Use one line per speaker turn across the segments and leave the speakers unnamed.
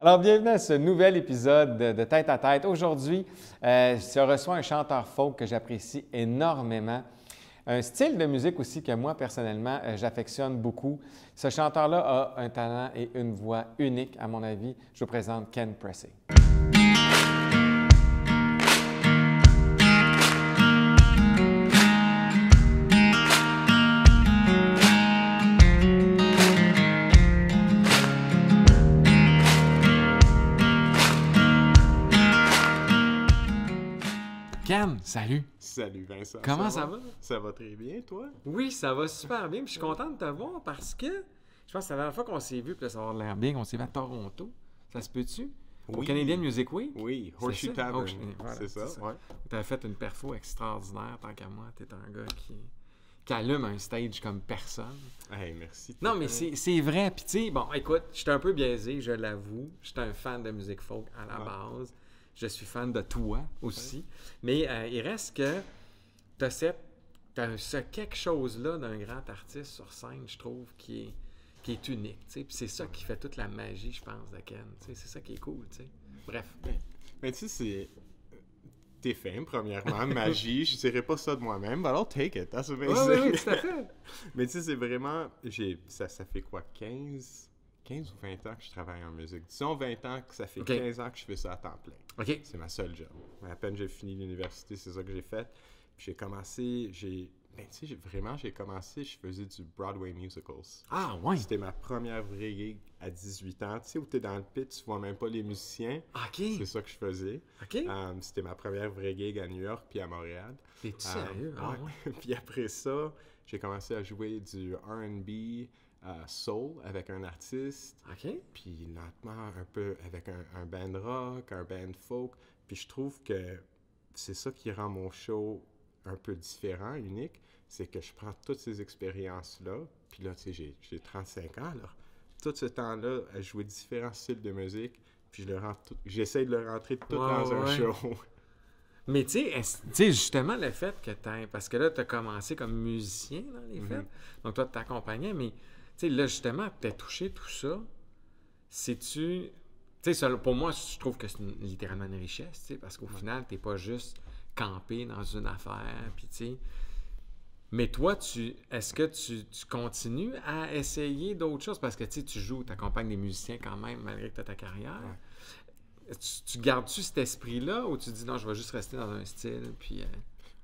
Alors, bienvenue à ce nouvel épisode de de Tête à Tête. Aujourd'hui, euh, je reçois un chanteur folk que j'apprécie énormément. Un style de musique aussi que moi, personnellement, euh, j'affectionne beaucoup. Ce chanteur-là a un talent et une voix unique, à mon avis. Je vous présente Ken Pressey. Ken, salut!
Salut Vincent.
Comment ça va?
Ça va très bien, toi?
Oui, ça va super bien. Puis je suis content de te voir parce que je pense que c'est la dernière fois qu'on s'est vu, puis là, ça va avoir l'air bien, qu'on s'est vu à Toronto. Ça se peut-tu? Au
Oui.
Canadian Music Week?
Oui,
C'est
Horseshoe
ça.
Tavern.
Horseshoe- voilà,
Oh, c'est ça,
c'est ça.
ouais.
Tu as fait une perfo extraordinaire, tant qu'à moi. Tu es un gars qui, qui allume un stage comme personne.
Hey, merci.
Non, mais
Euh.
c'est c'est vrai. Puis, tu sais, bon, écoute, je suis un peu biaisé, je l'avoue. Je suis un fan de musique folk à la
Ouais.
base. Je suis fan de toi aussi. Mais euh, il reste que tu as, ce quelque chose-là d'un grand artiste sur scène, je trouve, qui est, qui est unique. tu sais. Puis c'est ça qui fait toute la magie, je pense, de Ken. tu sais. C'est ça qui est cool. tu sais. Bref.
Mais tu sais, c'est... euh, T'es fin, premièrement. Magie, je dirais pas ça de moi-même, but I'll take it. That's
Oui,
amazing.
oui, oui, tout à fait.
mais tu sais, c'est vraiment... j'ai- Ça, ça fait quoi, 15... 15 ou 20 ans que je travaille en musique. Disons 20 ans que ça fait
Ok.
15 ans que je fais ça à temps plein.
OK.
C'est ma seule job. À peine j'ai fini l'université, c'est ça que j'ai fait. Puis j'ai commencé, j'ai... Ben, tu sais, j'ai- vraiment, j'ai commencé, je faisais du Broadway musicals.
Ah, ouais.
C'était ma première vraie gig à 18 ans. Tu sais, où t'es dans le pit, tu vois même pas les musiciens.
OK.
C'est ça que je faisais.
OK.
Um, C'était ma première vraie gig à New York puis à Montréal.
T'es
Um,
sérieux? Ah, ouais.
puis après ça, j'ai commencé à jouer du R&B euh, soul avec un artiste.
OK.
Puis lentement, un peu avec un, un band rock, un band folk. Puis je trouve que c'est ça qui rend mon show un peu différent, unique. C'est que je prends toutes ces expériences-là. Puis là, tu sais, j'ai- j'ai 35 ans, alors tout ce temps-là à jouer différents styles de musique. Puis je le rends tout- j'essaie de le rentrer tout
Ouais,
dans un
ouais.
show.
Mais tu sais, est-ce- tu sais, justement, le fait que tu Parce que là, tu as commencé comme musicien dans les fêtes. Donc, toi, tu t'accompagnais. Mais tu sais, là, justement, tu as touché tout ça. C'est-tu. Tu sais, ça, pour moi, je trouve que c'est une- littéralement une richesse, tu sais, parce qu'au final, tu pas juste campé dans une affaire. Puis, tu sais. Mais toi, tu, est-ce que tu, tu continues à essayer d'autres choses? Parce que tu sais, tu joues, tu accompagnes des musiciens quand même, malgré que tu as ta carrière. Tu, tu gardes-tu cet esprit-là ou tu dis non, je vais juste rester dans un style? Puis, euh,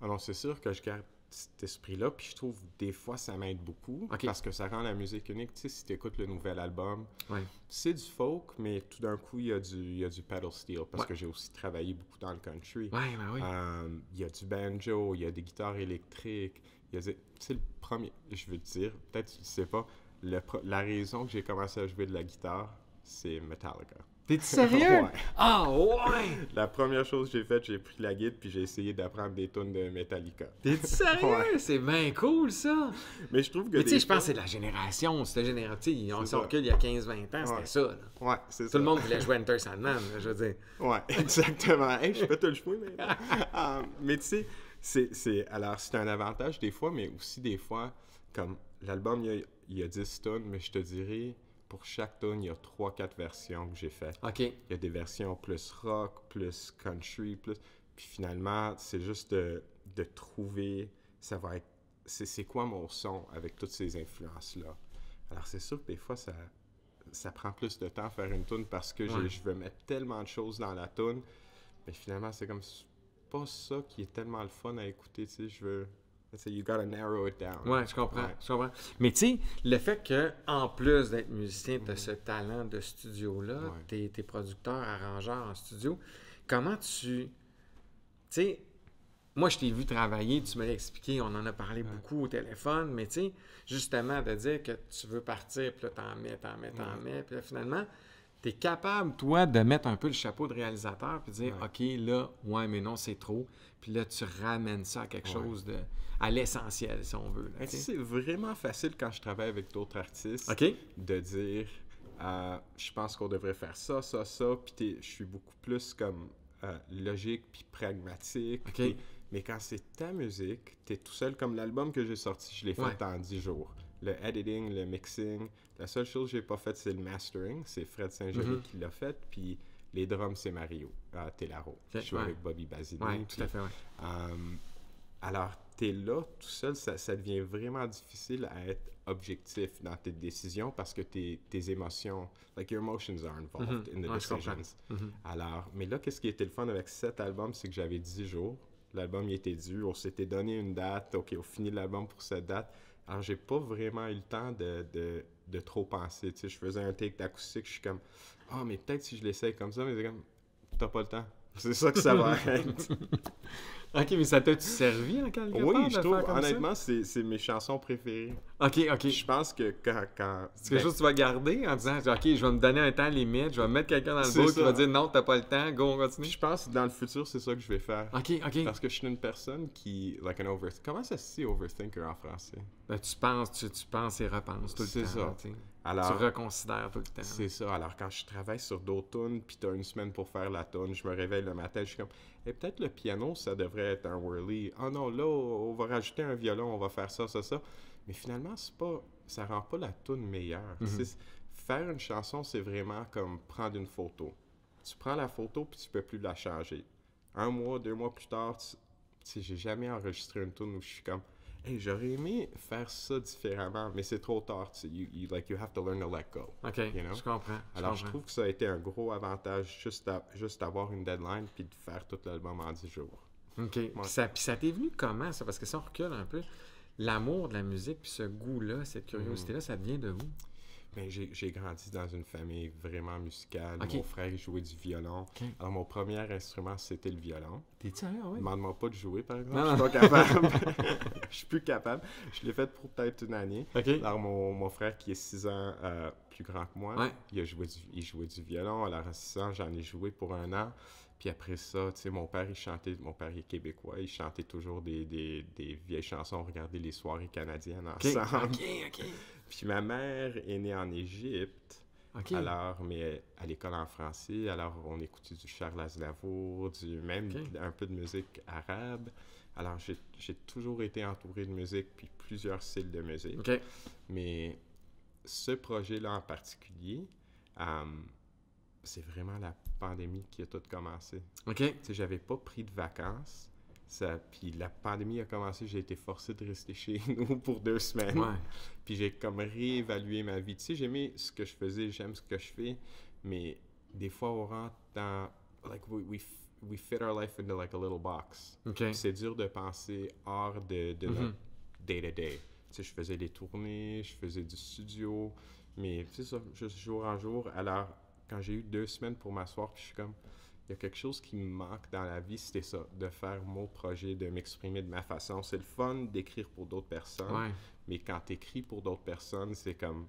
Alors, c'est sûr que je garde cet esprit-là, puis je trouve des fois ça m'aide beaucoup
Ok.
parce que ça rend la musique unique. Tu sais, si tu écoutes le nouvel album,
ouais.
c'est du folk, mais tout d'un coup, il y a du, il y a du paddle steel parce
Ouais.
que j'ai aussi travaillé beaucoup dans le country.
Ouais, ben oui.
Euh, il y a du banjo, il y a des guitares électriques. Il y a des- Tu sais, le premier, je veux te dire, peut-être tu le sais pas, le pro- la raison que j'ai commencé à jouer de la guitare, c'est Metallica.
T'es-tu
Ouais.
Ah, ouais!
La première chose que j'ai faite, j'ai pris la guide puis j'ai essayé d'apprendre des tunes de Metallica.
T'es-tu sérieux?
Ouais.
C'est bien cool, ça!
Mais je trouve que.
Mais tu sais,
des
je pense que
fois-
c'est de la génération. C'était génération. Tu sais, on
C'est
s'en
ça.
recule il y a 15-20 ans, c'était
Ouais.
ça. là.
Ouais, c'est
Tout le monde voulait jouer Enter Sandman, là, je veux dire.
Ouais, exactement. Hey, je peux te le jouer maintenant. Ah, mais tu sais, c'est, c'est- alors c'est un avantage des fois, mais aussi des fois, comme l'album, il y a, il y a 10 tonnes, mais je te dirais, pour chaque tonne, il y a 3-4 versions que j'ai faites.
OK.
Il y a des versions plus rock, plus country, plus... Puis finalement, c'est juste de, de trouver, ça va être... C'est, c'est quoi mon son avec toutes ces influences-là? Alors c'est sûr que des fois, ça, ça prend plus de temps à faire une tune parce que j'ai-
Ouais.
je veux mettre tellement de choses dans la tune. Mais finalement, c'est comme... C'est pas ça qui est tellement le fun à écouter, tu sais, je veux... tu sais, You gotta narrow it down.
Ouais, je comprends,
Ouais.
je comprends. Mais tu sais, le fait que, en plus d'être musicien, tu ce talent de studio-là,
Mm-hmm. Ouais.
t'es t'es producteur, arrangeur en studio, comment tu. Tu sais, moi, je t'ai vu travailler, tu me l'as expliqué, on en a parlé beaucoup au téléphone, mais tu sais, justement, de dire que tu veux partir, puis là, t'en mets, t'en mets, t'en
Mm-hmm.
mets, puis là, finalement, t'es capable, toi, de mettre un peu le chapeau de réalisateur, puis de dire, OK, là, ouais, mais non, c'est trop, puis là, tu ramènes ça à quelque
Ouais.
chose de. à l'essentiel, si on veut. là,
Mais
tu
tu sais,
sais.
C'est vraiment facile quand je travaille avec d'autres artistes.
OK?
de dire euh, je pense qu'on devrait faire ça, ça, ça, puis t'es- je suis beaucoup plus comme euh, logique puis pragmatique.
Ok.
puis- mais quand c'est ta musique, t'es tout seul, comme l'album que j'ai sorti, je l'ai fait
Ouais.
en 10 jours. le editing, le mixing. La seule chose que j'ai pas faite, c'est le mastering. C'est Fred Saint-Germain
Mhm.
qui l'a fait. Puis les drums, c'est Mario euh, Tellaro.
Ok,
Je joue
ouais.
avec Bobby Basini.
Oui,
puis
tout à fait, ouais.
Um, alors, tu es là tout seul, ça, ça devient vraiment difficile à être objectif dans tes décisions parce que tes, tes émotions, like your emotions are involved
Mhm.
in the
Ouais, je comprends.
decisions.
Mhm.
Alors, mais là, qu'est-ce qui était le fun avec cet album, c'est que j'avais 10 jours. L'album, il était dû. On s'était donné une date. OK, on finit l'album pour cette date. Alors, j'ai pas vraiment eu le temps de, de- de trop penser. Tu sais, je faisais un take d'acoustique. Je suis comme, ah, mais peut-être si je l'essaye comme ça, mais c'est comme, t'as pas le temps. C'est ça que ça va être.
OK, mais ça t'a-tu servi en quelque part
Oui,
de
je
faire
trouve,
comme ça?
honnêtement, c'est c'est mes chansons préférées.
OK, OK.
Je pense que quand. quand
C'est quelque
ben,
chose que tu vas garder en disant, OK, je vais me donner un temps limite, je vais mettre quelqu'un dans le
C'est
bout qui
ça.
va dire non, t'as pas le temps, go, on continue.
je pense que dans le futur, c'est ça que je vais faire.
OK, OK.
Parce que je suis une personne qui. Like an over... Comment ça se dit overthinker en français
Ben, tu penses, tu, tu penses et repenses tout le temps.
C'est ça.
là, tu sais.
Alors.
tu reconsidères tout le temps.
C'est ça. Alors, quand je travaille sur d'autres tunes, puis t'as une semaine pour faire la tune, je me réveille le matin, je suis comme, et peut-être le piano, ça devrait être un whirly. Ah non, là, on va rajouter un violon, on va faire ça, ça, ça. Mais finalement, c'est pas, ça rend pas la tune meilleure.
Mhm.
C'est- Faire une chanson, c'est vraiment comme prendre une photo. Tu prends la photo, puis tu peux plus la changer. Un mois, deux mois plus tard, tu tu sais, j'ai jamais enregistré une tune où je suis comme, hey, j'aurais aimé faire ça différemment, mais c'est trop tard. tu sais. You, you- like, you have to learn to let go.
OK,
You know?
je comprends. je
Alors, je
comprends.
trouve que ça a été un gros avantage juste, à- juste d'avoir une deadline puis de faire tout l'album en 10 jours.
OK. Puis ça, puis ça t'est venu comment, ça? Parce que si on recule un peu, l'amour de la musique, puis ce goût-là, cette curiosité-là, ça vient de où?
Mais Ben, j'ai, j'ai grandi dans une famille vraiment musicale.
Ok.
Mon frère il jouait du violon.
Ok.
Alors, mon premier instrument, c'était le violon.
T'es sérieux,
ah
oui?
Demande-moi pas de jouer, par exemple.
Non,
je suis pas capable. je suis plus capable. Je l'ai fait pour peut-être une année.
OK.
Alors, mon, mon frère, qui est 6 ans euh, plus grand que moi,
Ouais.
il, a joué du, il jouait du violon. Alors, à 6 ans, j'en ai joué pour un an. Puis après ça, tu sais, mon père, il chantait, mon père il est québécois, il chantait toujours des, des- des vieilles chansons, on regardait les soirées canadiennes
OK,
ensemble.
OK, OK.
Puis ma mère est née en Égypte,
OK.
alors, mais à l'école en français, alors on écoutait du Charles Aznavour, du, même
Ok.
un peu de musique arabe. Alors, j'ai j'ai toujours été entouré de musique, puis plusieurs styles de musique.
OK.
Mais ce projet-là en particulier, euh, c'est vraiment la pandémie qui a tout commencé.
OK.
Tu sais, j'avais pas pris de vacances. Ça, puis la pandémie a commencé, j'ai été forcé de rester chez nous pour deux semaines.
Ouais.
Puis j'ai comme réévalué ma vie. Tu sais, j'aimais ce que je faisais, j'aime ce que je fais, mais des fois, on rentre dans... Like, we, we, f- we fit our life into like a little box.
OK.
C'est dur de penser hors de, de
Mhm.
notre day-to-day. Tu sais, je faisais des tournées, je faisais du studio, mais c'est ça, juste jour en jour. Alors, quand j'ai eu deux semaines pour m'asseoir, puis je suis comme, il y a quelque chose qui me manque dans la vie, c'était ça, de faire mon projet, de m'exprimer de ma façon. C'est le fun d'écrire pour d'autres personnes,
Ouais.
mais quand tu écris pour d'autres personnes, c'est comme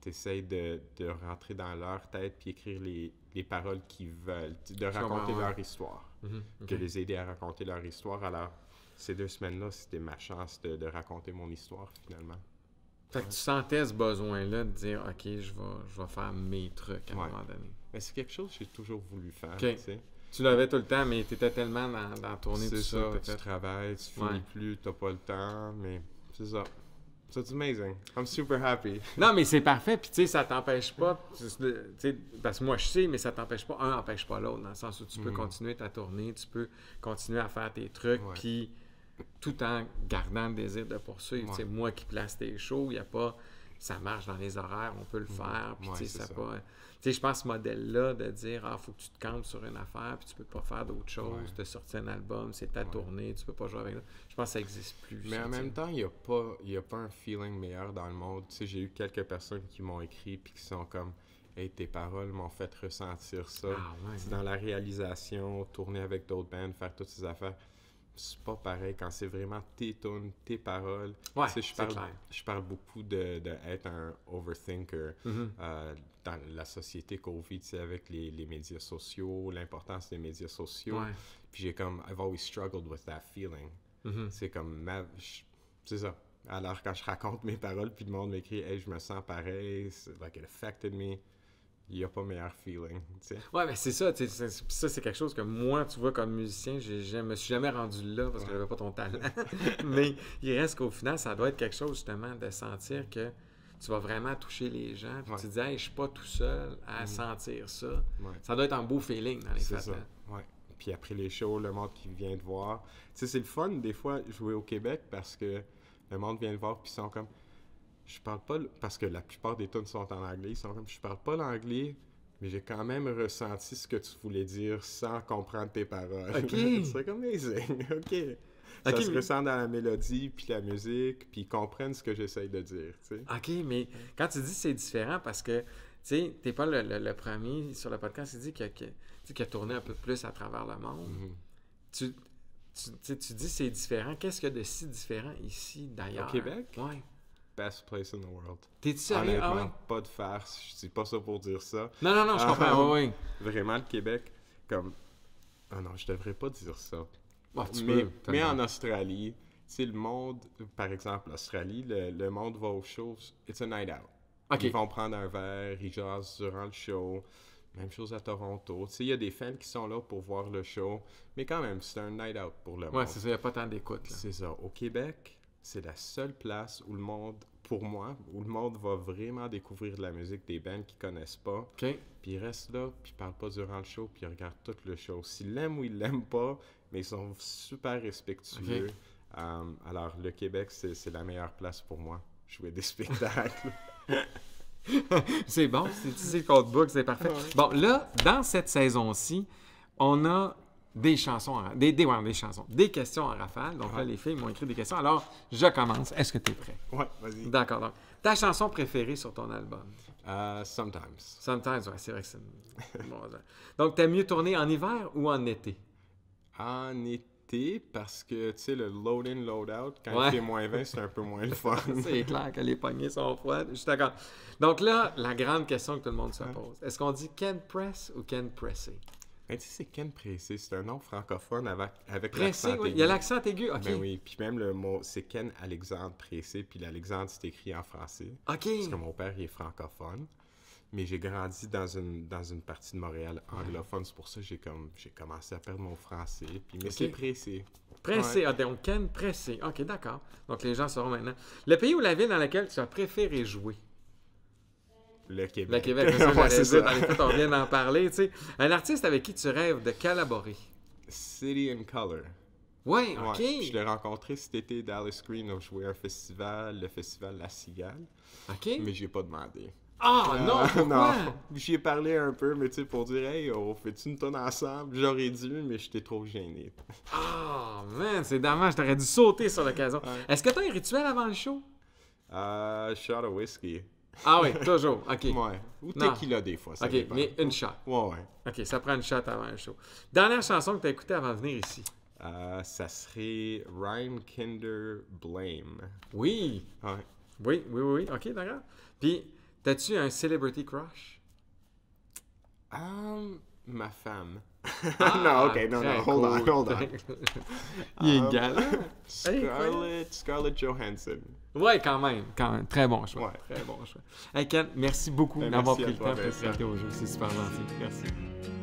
tu essaies de, de rentrer dans leur tête puis écrire les, les paroles qu'ils veulent, t- de
comprends,
raconter
ouais.
leur histoire,
Mhm. OK.
de les aider à raconter leur histoire. Alors, ces deux semaines-là, c'était ma chance de, de raconter mon histoire finalement.
Fait que tu sentais ce besoin-là de dire, OK, je vais, je vais faire mes trucs à un
Ouais.
moment donné.
Mais c'est quelque chose que j'ai toujours voulu faire.
Ok.
tu sais.
Tu l'avais tout le temps, mais t'étais tellement dans, dans la tournée, tout
C'est
ça.
ça,
t'as
tu
fait-
travailles, tu finis
Ouais.
plus, t'as pas le temps, mais c'est ça. So it's amazing. I'm super happy.
Non, mais c'est parfait. Puis, tu sais, ça t'empêche pas. tu sais, parce que moi, je sais, mais ça t'empêche pas. Un empêche pas l'autre, dans le sens où tu peux
Mhm.
continuer ta tournée, tu peux continuer à faire tes trucs,
Ouais.
puis tout en gardant le désir de poursuivre.
Ouais.
Tu sais, moi qui place tes shows, il n'y a pas. Ça marche dans les horaires, on peut le faire. Puis,
Mm. Ouais,
tu sais,
c'est
ça
ça.
pas. Tu sais, je pense ce modèle-là de dire, ah, faut que tu te campes sur une affaire, puis tu peux pas faire d'autres choses,
Ouais.
de sortir un album, c'est ta tournée, tu peux pas jouer avec l'autre. Je pense que ça existe plus.
Mais
ça,
en
tu sais.
même temps, il n'y a, pas- il y a pas un feeling meilleur dans le monde. Tu sais, j'ai eu quelques personnes qui m'ont écrit puis qui sont comme Hey, tes paroles m'ont fait ressentir ça.
Ah, ouais.
C'est dans la réalisation, tourner avec d'autres bands, faire toutes ces affaires. C'est pas pareil quand c'est vraiment tes tunes, tes paroles.
Ouais,
Tu sais, je
c'est
parle,
clair.
Je parle beaucoup d'être de, être un overthinker
Mhm.
euh, dans la société qu'on vit, tu sais, avec les, les médias sociaux, l'importance des médias sociaux.
Ouais.
Puis j'ai comme, I've always struggled with that feeling.
Mhm.
C'est comme ma... je- C'est ça. Alors, quand je raconte mes paroles, puis le monde m'écrit « Hey, je me sens pareil. c'est- Like, it affected me. » il n'y a pas meilleur feeling. tu sais.
Ouais, mais c'est ça. tu sais, c'est- c'est- Ça, c'est quelque chose que moi, tu vois, comme musicien, j'ai- je me suis jamais rendu là parce que
Ouais.
j'avais pas ton talent. mais il reste qu'au final, ça doit être quelque chose, justement, de sentir que tu vas vraiment toucher les gens. Puis
Ouais. Mm-hmm.
tu dis, hey, je suis pas tout seul à sentir ça.
Ouais.
Ça doit être un beau feeling dans les
C'est
fêtes.
ça.
hein.
Ouais. Puis après les shows, le monde qui vient te voir. Tu sais, c'est le fun des fois jouer au Québec parce que le monde vient te voir puis ils sont comme je parle pas le- parce que la plupart des tunes sont en anglais, ils sont comme je parle pas l'anglais, mais j'ai quand même ressenti ce que tu voulais dire sans comprendre tes paroles.
Ok.
c'est comme amazing. OK. Ça
Ok,
se
mais-
ressent dans la mélodie, puis la musique, puis ils comprennent ce que j'essaye de dire, tu sais.
OK, mais quand tu dis c'est différent parce que, tu sais, t'es pas le, le- le premier sur le podcast qui dit qu'il a, que- tu sais, qu'il a tourné un peu plus à travers le monde.
Mhm.
Tu, tu, tu sais, tu dis c'est différent. Qu'est-ce qu'il y a de si différent ici, d'ailleurs?
Au Québec?
Ouais.
Best place in the world.
T'es-tu sérieux? Ah
Honnêtement,
ouais?
pas de farce. Je dis pas ça pour dire ça.
Non, non, non, je
Ah,
comprends. Oui,
ouais.
oui.
vraiment le Québec comme ah non je devrais pas dire ça
Bon, tu
mais,
peux,
mais
tellement.
en Australie c'est le monde par exemple l'Australie le, le monde va aux shows it's a night out
OK.
ils vont prendre un verre ils jasent durant le show même chose à Toronto tu sais il y a des fans qui sont là pour voir le show mais quand même c'est un night out pour le
Ouais,
monde
c'est ça, il n'y a pas tant d'écoute. là.
c'est ça au Québec c'est la seule place où le monde pour moi où le monde va vraiment découvrir de la musique des bands qu'ils connaissent pas
OK?
puis il reste là, puis il parle pas durant le show, puis il regarde tout le show. S'il l'aime ou il l'aime pas, mais ils sont super respectueux.
Ok.
Euh, alors, le Québec, c'est c'est la meilleure place pour moi. Jouer des spectacles.
C'est bon, c'est ici le codebook, c'est parfait. Bon, là, dans cette saison-ci, on a des chansons, en- des, des, ouais, des chansons, des questions en rafale. Donc là, les filles m'ont écrit des questions. Alors, je commence. Est-ce que tu es prêt?
ouais, vas-y.
D'accord. Donc, ta chanson préférée sur ton album?
Euh, sometimes.
Sometimes, ouais, c'est vrai que c'est... une- Bon, ça- donc, t'as mieux tourné en hiver ou en été?
En été, parce que, tu sais, le load-in, load-out, quand
Ouais.
il fait moins 20, c'est un peu moins le fun.
C'est clair que les poignées sont froides. Je suis d'accord. Donc là, la grande question que tout le monde se pose, est-ce qu'on dit can press ou can presser?
Mais Ben, tu sais, c'est Ken Pressé. C'est un nom francophone avec, avec
Presser,
l'accent
oui. Il y a
aigu.
l'accent aigu. OK.
Ben oui, puis même le mot, c'est Ken Alexandre Pressé, puis l'Alexandre, c'est écrit en français.
OK.
Parce que mon père, il est francophone. Mais j'ai grandi dans une, dans une partie de Montréal anglophone. C'est pour ça que j'ai comme, j'ai commencé à perdre mon français. Puis, mais
Ok.
c'est pressé.
Pressé. Ah, donc can presser. OK, d'accord. Donc les gens sauront maintenant. Le pays ou la ville dans laquelle tu as préféré jouer?
Le Québec.
Le Québec, c'est ça,
Ouais,
j'allais
c'est
dire.
ça.
Dans les fêtes, on vient d'en parler. tu sais. Un artiste avec qui tu rêves de collaborer?
City in Color.
Oui,
Ouais.
OK.
Puis Je l'ai rencontré cet été, Dallas Green, a joué à un festival, le festival La Cigale.
OK.
Mais j'ai pas demandé.
Ah non,
Ah,
pourquoi?
J'y ai parlé un peu, mais tu sais, pour dire, hey, on fait-tu une tonne ensemble? J'aurais dû, mais j'étais trop gêné.
Ah, man, c'est dommage, t'aurais dû sauter sur l'occasion. Est-ce que t'as un rituel avant le show?
Euh, shot of whiskey.
Ah oui, toujours, OK.
Ouais. Ou
Non.
tequila, des fois. Ça
OK,
dépend.
mais une shot.
Ouais, ouais.
OK, ça prend une shot avant un show. Dernière chanson que t'as écoutée avant de venir ici?
Euh, ça serait Rhyme Kinder Blame.
Oui.
Ouais.
Oui, oui, oui, oui. OK, d'accord. Puis, t'as-tu un celebrity crush?
Um, ma femme. Ah, non, ok, non,
très
non, hold on,
Ah, cool.
hold on.
Il est
Um,
galant.
Scarlett, Scarlett Johansson.
Ouais, quand même, quand même. Très bon choix.
Ouais.
Très bon choix. Hey, Ken, merci beaucoup
Ben,
d'avoir pris
merci à
le
toi,
temps de
Vincent.
prêter au jeu. C'est super gentil.
Merci.